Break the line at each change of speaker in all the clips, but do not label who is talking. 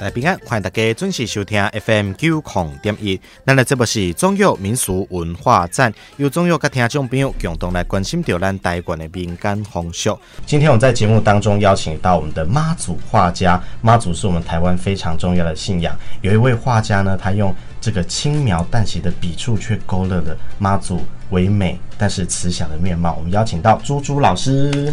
来平安，欢迎大家准时收听 FM 九零点一。咱的节目是中药民俗文化站，由中药甲听众朋友共同来关心着咱台湾的民间风俗。今天我们在节目当中邀请到我们的妈祖画家，妈祖是我们台湾非常重要的信仰。有一位画家呢，他用这个轻描淡写的笔触，却勾勒了妈祖唯美但是慈祥的面貌。我们邀请到猪猪老师。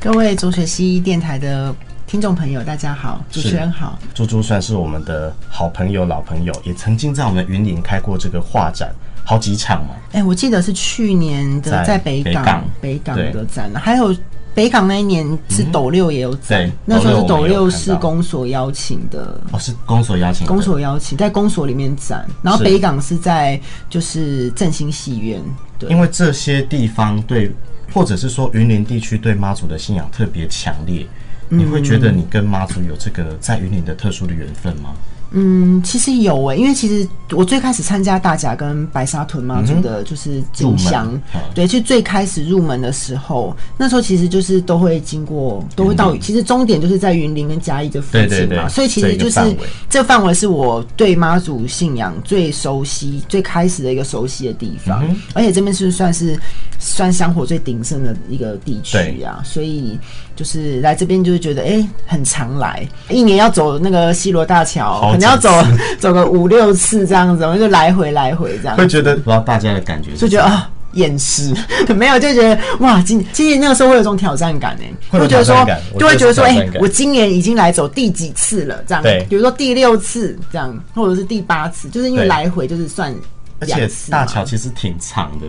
各位左水溪电台的听众朋友，大家好，主持人好。
猪猪算是我们的好朋友、老朋友，也曾经在我们云林开过这个画展，好几场嘛。
哎、我记得是去年的
在
在北
北
港
港
北港
对
的展，还有北港那一年是斗六也有展，
对
嗯那时候是
嗯斗
斗
六我们有
六
看到
是公所邀请的，
哦，是公所邀请的，
公所邀请在公所里面展，然后
是
北港是在就是振兴戏院，对
因为这些地方对，或者是说云林地区对妈祖的信仰特别强烈，
嗯
你会觉得你跟妈祖有这个在云林的特殊的缘分吗？
嗯，其实有诶、因为其实我最开始参加大甲跟白沙屯妈祖的，就是
嗯入
景
门
香，
嗯
对，其实最开始入门的时候，那时候其实就是都会经过，都会到，其实终点就是在云林跟嘉义这附近嘛，
对对对
所以其
这一
实
个
就是
范围
这范围是我对妈祖信仰最熟悉、最开始的一个熟悉的地方，
嗯
而且这边是算是算香火最鼎盛的一个地区啊，所以就是来这边就会觉得哎、诶很常来，一年要走那个西罗大桥，
好
可能要
几次
走 走个五六次这样子，我们就来回来回这样
会，觉得不知道大家的感觉是
啊就觉得啊。厌世 没有，就觉得哇，今其实那个时候会有种挑战感哎、
会有
就觉得
挑战
说
感，
就会觉得说，
我觉得
哎、
是挑战感
我今年已经来走第几次了，这样，
对
比如说第六次这样，或者是第八次，就是因为
对
来回就是算
而
两
且
次嘛，
大桥其实挺长的，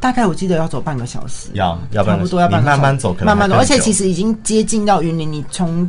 大概我记得要走半个小时，
要要不
差
然
不多要半
你
个小时
慢慢走，可能
慢慢走，
还
而
更久
且其实已经接近到云林，你从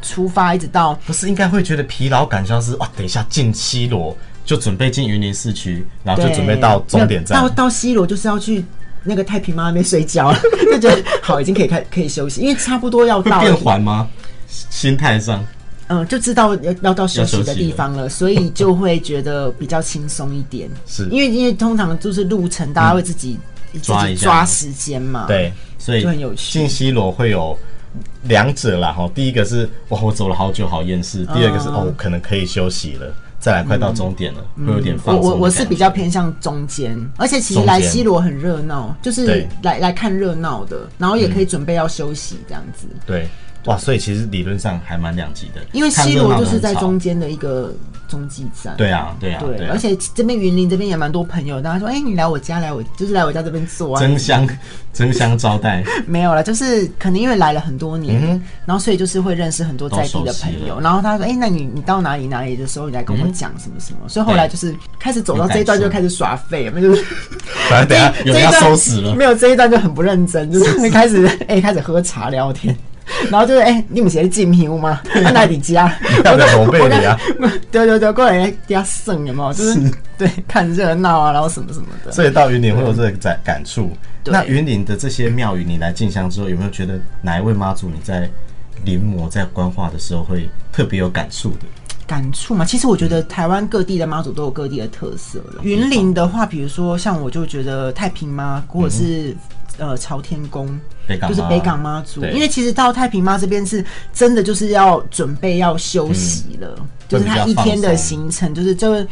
出发一直到
不是应该会觉得疲劳感消失哇？等一下进西罗就准备进云林市区，然后就
对
准备到终点站
没有到到西罗就是要去。那个太平妈那边睡 觉了，就觉得好已经可以开可以休息，因为差不多要
会
到了
变缓吗？心态上
嗯，就知道要要到休息
要休
的
息了
地方了，所以就会觉得比较轻松一点。
是嗯
因为因为通常就是路程，大家会自己、自
抓一
己
下
抓时间嘛。，
对，所以
就很有趣
进西罗会有两者啦哈。第一个是哇，我走了好久，好厌世；第二个
啊
是、哦，我可能可以休息了，再来快到终点了，会有点放
我
松的
嗯我我是
感觉
比较偏向中间，而且其实
中间
来西罗很热闹，就是
对
来来看热闹的，然后也可以准备要休息这样子。
对哇，所以其实理论上还蛮两极的，
因为
看
西
热
罗
闹
就是
很
在
吵
中间的一个中继站。
对啊对啊
对
对啊，
而且这边云林这边也蛮多朋友，大家说，哎、你来我家，来我就是来我家这边坐啊，
争相争相招 待。
没有了，就是可能因为来了很多年，然后所以就是会认识很多在
嗯
地
哦都熟
的
悉
朋友。
了
然后他说：“哎、那你你到哪里哪里的时候，你来跟我讲什么什么。
嗯
所以后来就是开始走到这一段
有
就
感
开始耍废，有没有就是
反正等一下有人
这一
要
段
收拾了，
没有这一段就很不认真，就是 会开始哎、开始喝茶聊天。然后就是哎、你们是进平屋吗？啊那你家，
要不要我背你啊？
对对对，过来哎给他送有没有？就是对看热闹啊，然后什么什么的。
所以到云林会有这个感感触。
对
那云林的这些庙宇，你来进香之后，有没有觉得哪一位妈祖你在临摹、在观画的时候会特别有感触的？
感触嘛，其实我觉得台湾各地的妈祖都有各地的特色了。云林的话，比如说像我就觉得太平妈，或者是、呃朝天宫，
北港
就是
妈
北港妈祖，
对
因为其实到太平妈这边是真的就是要准备要休息了，
嗯
就是他一天的行程，就是就会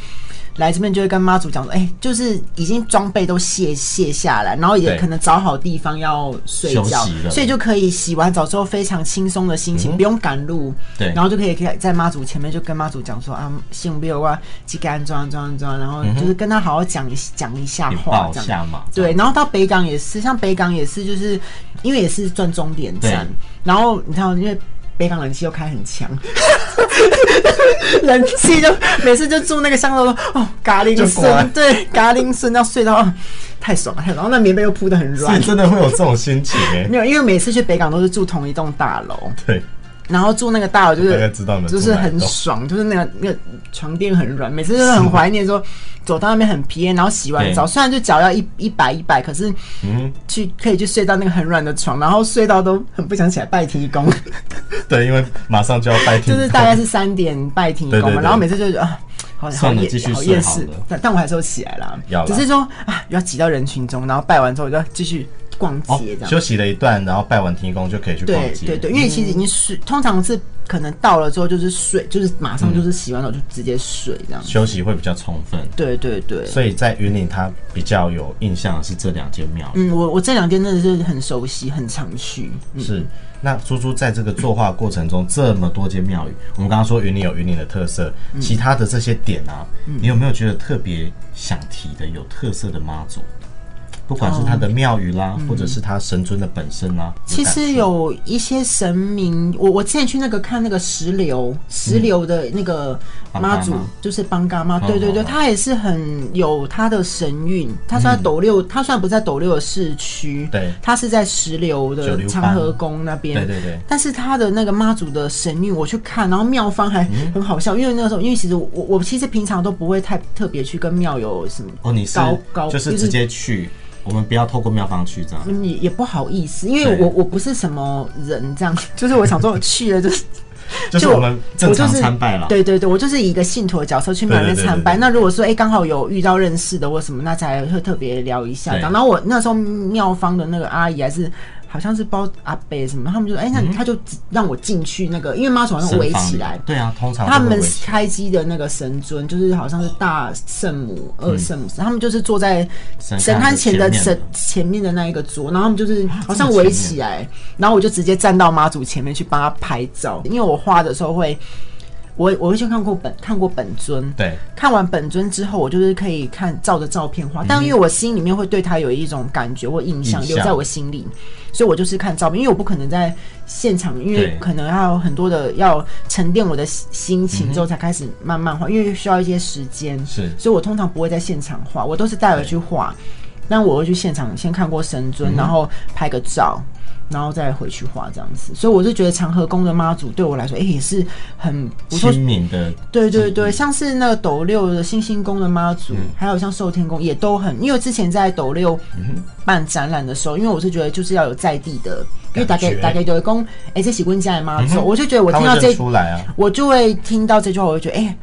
来这边就会跟妈祖讲说，哎、就是已经装备都卸卸下来，然后也
对
可能找好地方要睡
休
觉
息了，嗯
所以就可以洗完澡之后非常轻松的心情，不用赶路，
对
然后就可以可以在妈祖前面就跟妈祖讲说啊，姓六啊，几个安装装装，然后就是跟他好好讲一讲一下
嗯禀
话
报
这样。
下马，
对，然后到北港也是，像北港也是，就是因为也是赚终点站
对，
然后你知哦道，因为北港人气又开很强， 人气就每次就住那个巷口说哦，嘎铃
就过来
声，对，嘎铃声要睡到、哦太爽了，太爽了，然后那棉被又铺的很
所以
软。
真的会有这种心情哎、
没有，因为每次去北港都是住同一栋大楼，
对，
然后住那个大楼就
大概
是
知道你们住
就是
哪一
很
栋
爽，就是那个那个床垫很软，每次就是很怀念说走到那边很疲倦，然后洗完澡，
对
虽然就脚要一一摆一摆，可是
嗯，
去可以去睡到那个很软的床，然后睡到都很不想起来拜提 公，
对，因为马上就要拜天
就
公，
是大概是三点拜提公
对对
嘛，
对
然后每次就觉得啊。好
算
好
了
厌
继续
好
睡
厌
好
世
了，
但但我还是有起来啦
要啦，
只是说啊，要挤到人群中，然后拜完之后我就要继续逛
哦
街这样。
休息了一段，然后拜完天公就可以去逛
对
街，
对对，因为其实已经睡，通常是可能到了之后就是睡，就是马上就是洗完澡就直接睡这样。
嗯休息会比较充分。
对对对，
所以在云林，他比较有印象的是这两间庙宇。
嗯，我我这两天真的是很熟悉，很常去。嗯、
是，那猪猪在这个作画过程中，这么多间庙宇，我们刚刚说云林有云林的特色，
嗯
其他的这些点啊，你有没有觉得特别想提的有特色的妈祖？不管是它的庙宇啦，或者是它神尊的本身啦，
哦嗯其实有一些神明，我我之前去那个看那个石榴，石榴的那个
嗯
妈祖就是邦嘎妈，对对对，她也是很有她的神韵。她虽然斗六，她虽然不在斗六的市区，
嗯对，
她是在石榴的长和宫那边，
对对对。
但是她的那个妈祖的神韵，我去看，然后庙方还很好
嗯
笑，因为那时候，因为其实我我其实平常都不会太特别去跟庙有什么
哦，你是
高高嗯
就是直接去。我们不要透过妙方去这样，
也也不好意思，因为我我不是什么人这样，就是我想说我去了就是。
就是我们正常参拜了，
对对对，我就是以一个信徒的角色去庙里参拜。那如果说哎刚好有遇到认识的或什么，那才会特别聊一下。然后我那时候妙方的那个阿姨还是好像是包阿伯什么，他们就说哎那
嗯
他就让我进去那个，因为妈祖好像围起来，
对啊，通常
他们开机的那个神尊就是好像是大圣母、二
嗯
圣母，他们就是坐在神龛前的嗯神前面的那一个桌，然后他们就是好像围起来，然后我就直接站到妈祖前面去帮他拍照，因为我。画的时候会，我我会去看过本看过本尊，
对，
看完本尊之后，我就是可以看照着照片画，嗯、但因为我心里面会对他有一种感觉或印象留在我心里，所以我就是看照片，因为我不可能在现场，因为可能还有很多的要沉淀我的心情之后才开始慢慢画，嗯、因为需要一些时间，
是，
所以我通常不会在现场画，我都是带回去画，但我会去现场先看过神尊，嗯、然后拍个照。然后再回去画这样子，所以我就觉得长和宫的妈祖对我来说，哎、欸，也是很不错
亲的。
对对对，像是那个斗六的星星宫的妈祖，
嗯、
还有像寿天宫也都很，因为之前在斗六办展览的时候，因为我是觉得就是要有在地的。因为大概大概就会讲，哎、欸，这喜棍家的妈祖，嗯、我就觉得我听到这，
出来啊、
我就会听到这句话，我就觉得，哎、欸。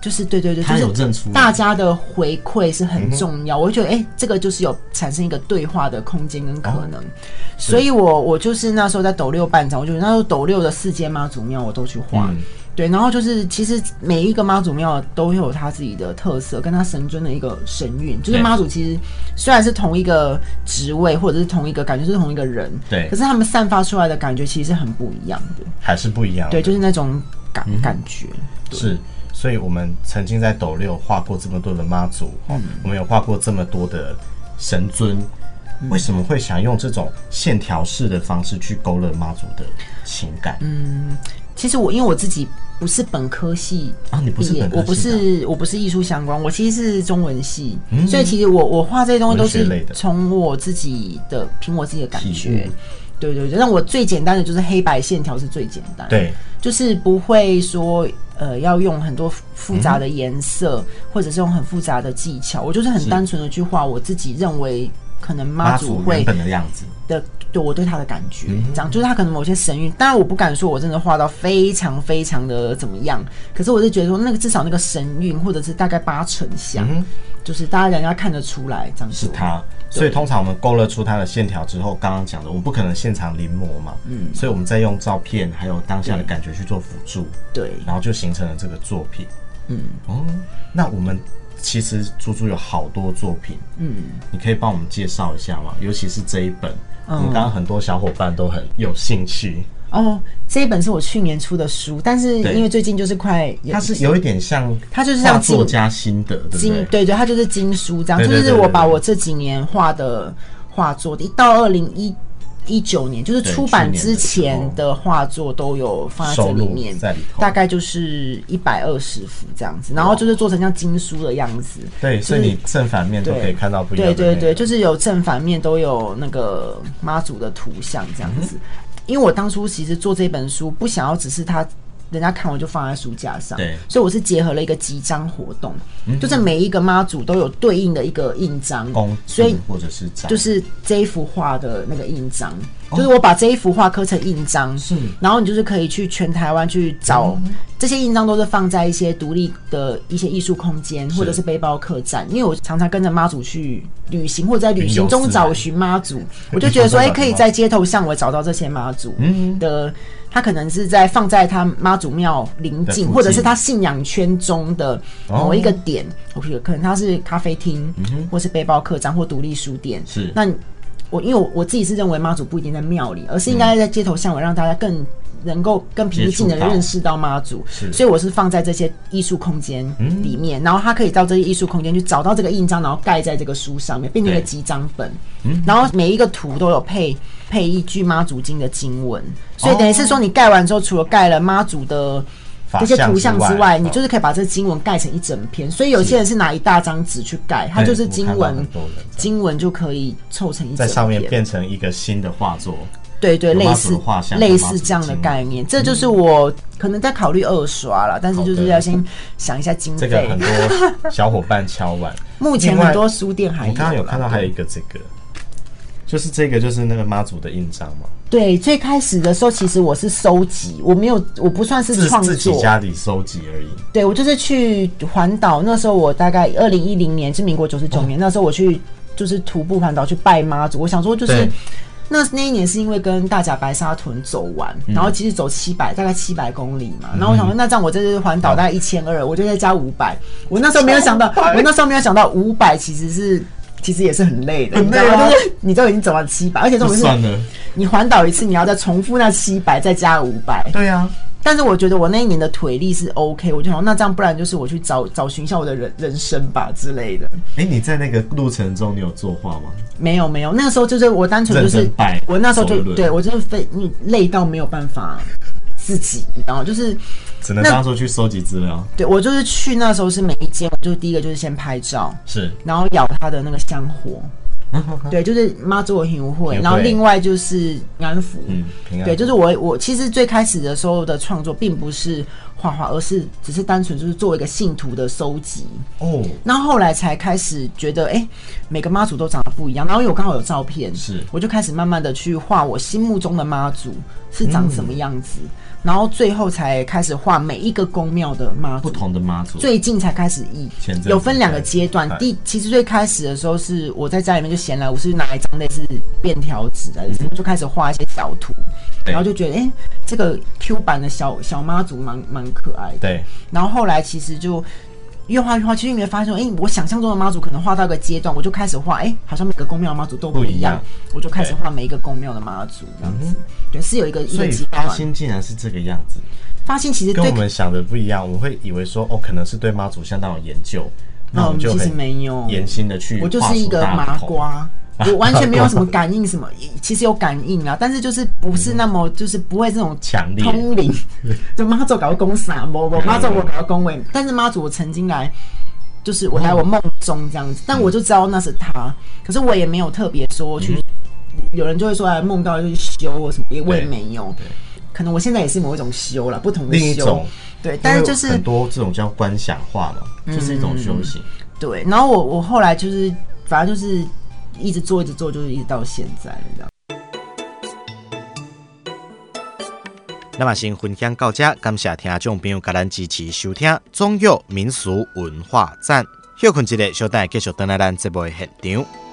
就是对对对，就是大家的回馈是很重要。嗯、我觉得哎、欸，这个就是有产生一个对话的空间跟可能，哦、所以我我就是那时候在斗六办展，我就那时候斗六的四间妈祖庙我都去画，嗯、对，然后就是其实每一个妈祖庙都有它自己的特色，跟它神尊的一个神韵。就是妈祖其实虽然是同一个职位或者是同一个感觉是同一个人，
对，
可是他们散发出来的感觉其实是很不一样的，
还是不一样，
对，就是那种感、嗯、感觉
是。所以，我们曾经在斗六画过这么多的妈祖，嗯、我们有画过这么多的神尊，嗯、为什么会想用这种线条式的方式去勾勒妈祖的情感？
嗯，其实我因为我自己不是本科系
啊，你不是本科系、啊，
我不是我不是艺术相关，我其实是中文系，嗯、所以其实我我画这些东西都是从我自己的凭我自己的感觉。对对对，那我最简单的就是黑白线条是最简单，
对，
就是不会说呃要用很多复杂的颜色，嗯、或者是用很复杂的技巧，我就是很单纯的去画我自己认为可能妈祖会
本的样子
的，对我对他的感觉，嗯、这样就是他可能某些神韵，当然我不敢说我真的画到非常非常的怎么样，可是我是觉得说那个至少那个神韵或者是大概八成像，嗯、就是大家人家看得出来这样
是他。所以通常我们勾勒出它的线条之后，刚刚讲的，我们不可能现场临摹嘛，嗯，所以我们再用照片还有当下的感觉去做辅助，
对，
然后就形成了这个作品，
嗯，
哦，那我们其实猪猪有好多作品，
嗯，
你可以帮我们介绍一下吗？尤其是这一本，嗯、我们刚刚很多小伙伴都很有兴趣。
哦，这一本是我去年出的书，但是因为最近就是快，
它是有一点像，
它就是像
作家心得，
金对对，它就是金书这样，
對對對
就是我把我这几年画的画作，一到二零一一九年，就是出版之前的画作都有放啊在这里面，
在里头，
大概就是一百二十幅这样子，然后就是做成像经书的样子，
对，
就是、
所以你正反面都可以看到不一样的，
对对对，就是有正反面都有那个妈祖的图像这样子。嗯因为我当初其实做这本书，不想要只是他人家看我就放在书架上，
对，
所以我是结合了一个集章活动，嗯、就是每一个妈祖都有对应的一个印章，
嗯、
所以
或者是章，
就是这一幅画的那个印章，就是我把这一幅画刻成印章，
是
然后你就是可以去全台湾去找、这些印章，都是放在一些独立的一些艺术空间或者是背包客栈。因为我常常跟着妈祖去旅行，或者在旅
云游
行中
四
找
海
寻妈祖，我就觉得说，
你
哎、
说到
可以
妈祖
在街头巷尾找到这些妈祖的。他可能是在放在他妈祖庙临
的附
近，
近
或者是他信仰圈中的某一个点，我觉得可能他是咖啡厅，或是背包客栈或独立书店。
嗯是
那你我因为我我自己是认为妈祖不一定在庙里，而是应该在街头巷尾，让大家更能够更平易近人
接触
的
到
认识到妈祖。
是嗯
所以我是放在这些艺术空间里面，然后他可以到这些艺术空间去找到这个印章，然后盖在这个书上面，变成一个
对
集章本。然后每一个图都有配配一句妈祖经的经文，所以
哦
等于是说你盖完之后，除了盖了妈祖的。
法
这些图像
像之
之
外
外，你
哦
就是可以把这经文盖成一整篇，所以有些人是拿一大张纸去盖，它
对
就是
哎我
经
看到
文
很多人这样，
经文就可以凑成一
在
整
上面
篇
变成一个新的画作，
对对，
有妈
类
祖的
似
画像有
类
妈祖
似
的
这样的
经嗯哦
概念，这就是我可能在考虑二刷了，但是就
好
是
的
要先想一下经
这个
费
很。多小伙伴敲碗。
目前
另外
很多书店 还
我刚刚有
啦
看到还有一个这个，就是这个就是那个妈祖的印章嘛，
对，最开始的时候其实我是收集，我没有，我不算是
自
创
自己
作，
家里收集而已。
对我就是去环岛，那时候我大概二零一零年是民国九十九
哦
年，那时候我去就是徒步环岛去拜妈祖，我想说就是
对
那那一年是因为跟大甲白沙屯走完，然后其实走七百大概七百公里嘛，然后我想说那这样我这次环岛大概一千二，我就再加五百，我那时候没有想到，我那时候没有想到五百其实是。其实也是很累的，你知道吗？就是你都已经走完七百，而且重
就
点
算
是，
了，
你环岛一次，你要再重复那七百，再加五百，
对啊，
但是我觉得我那一年的腿力是 OK，我就想那这样，不然就是我去找找寻一下我的人人生吧之类的。
哎、你在那个路程中你有作画吗？
没有没有，那个时候就是我单纯就
认
是
真拜
我那时候
走一
就
轮
对我就是非你累到没有办法自己，然后就是
只能
那
当做去收集资料，
对我就是去那时候是每一间，我就是第一个就是先拍照，
是
然后咬它的那个香火，对，就是妈祖的行会，
行
然后
会
另外就是安福，
嗯，平安。
对，就是我我其实最开始的时候的创作并不是画画，而是只是单纯就是做一个信徒的收集。
哦，
那后来才开始觉得，哎、每个妈祖都长得不一样。然后因为我刚好有照片，
是
我就开始慢慢的去画我心目中的妈祖是长什么
嗯
样子，然后最后才开始画每一个宫庙的妈
不
祖。
同的妈祖，
最近才开始印
前阵，子
有分两个阶段
才。
第其实最开始的时候是我在家里面就闲来，我是拿一张类似便条纸还是什么，就开始画一些小图，
对
然后就觉得哎、诶这个 Q 版的小小妈祖蛮蛮可爱的。
对，
然后后来其实就越画越画，其实你会发现说，哎、我想象中的妈祖可能画到一个阶段，我就开始画，哎、好像每个宫庙的妈祖都不一样，
不
我就开始画每一个宫庙的妈祖这样子。对，是有一个一
所
个
以
阶
发
段。
心竟然是这个样子，
发现其实
跟
对
我，们想的不一样。我们会以为说，哦，可能是对妈祖相当有研究，那我们
嗯，
就
其实
很
没有，
严心的去，
我就是一个麻，瓜。我完全没有什么感应，什么其实有感应啊，但是就是不是那么，就是不会这种
强烈
通灵，就妈祖搞公啥，我我妈祖我搞恭维，但是妈祖我曾经来，就是我来我梦中这样
嗯
子，但我就知道那是他，可是我也没有特别说去，
嗯
有人就会说哎梦到就是修或什么，我也
对
没有，可能我现在也是某一种修了，不同的
另一
修
种，
对，但是就
因为
是嗯
很多这种叫观想化嘛，就是一种修行。
对，然后我我后来就是反正就是一直做一直做，就是一直到现在这样。
那么先分享到这，感谢听众朋友甲咱支持收听中药民俗文化站。休困一下，小等下继续等来咱节目的现场。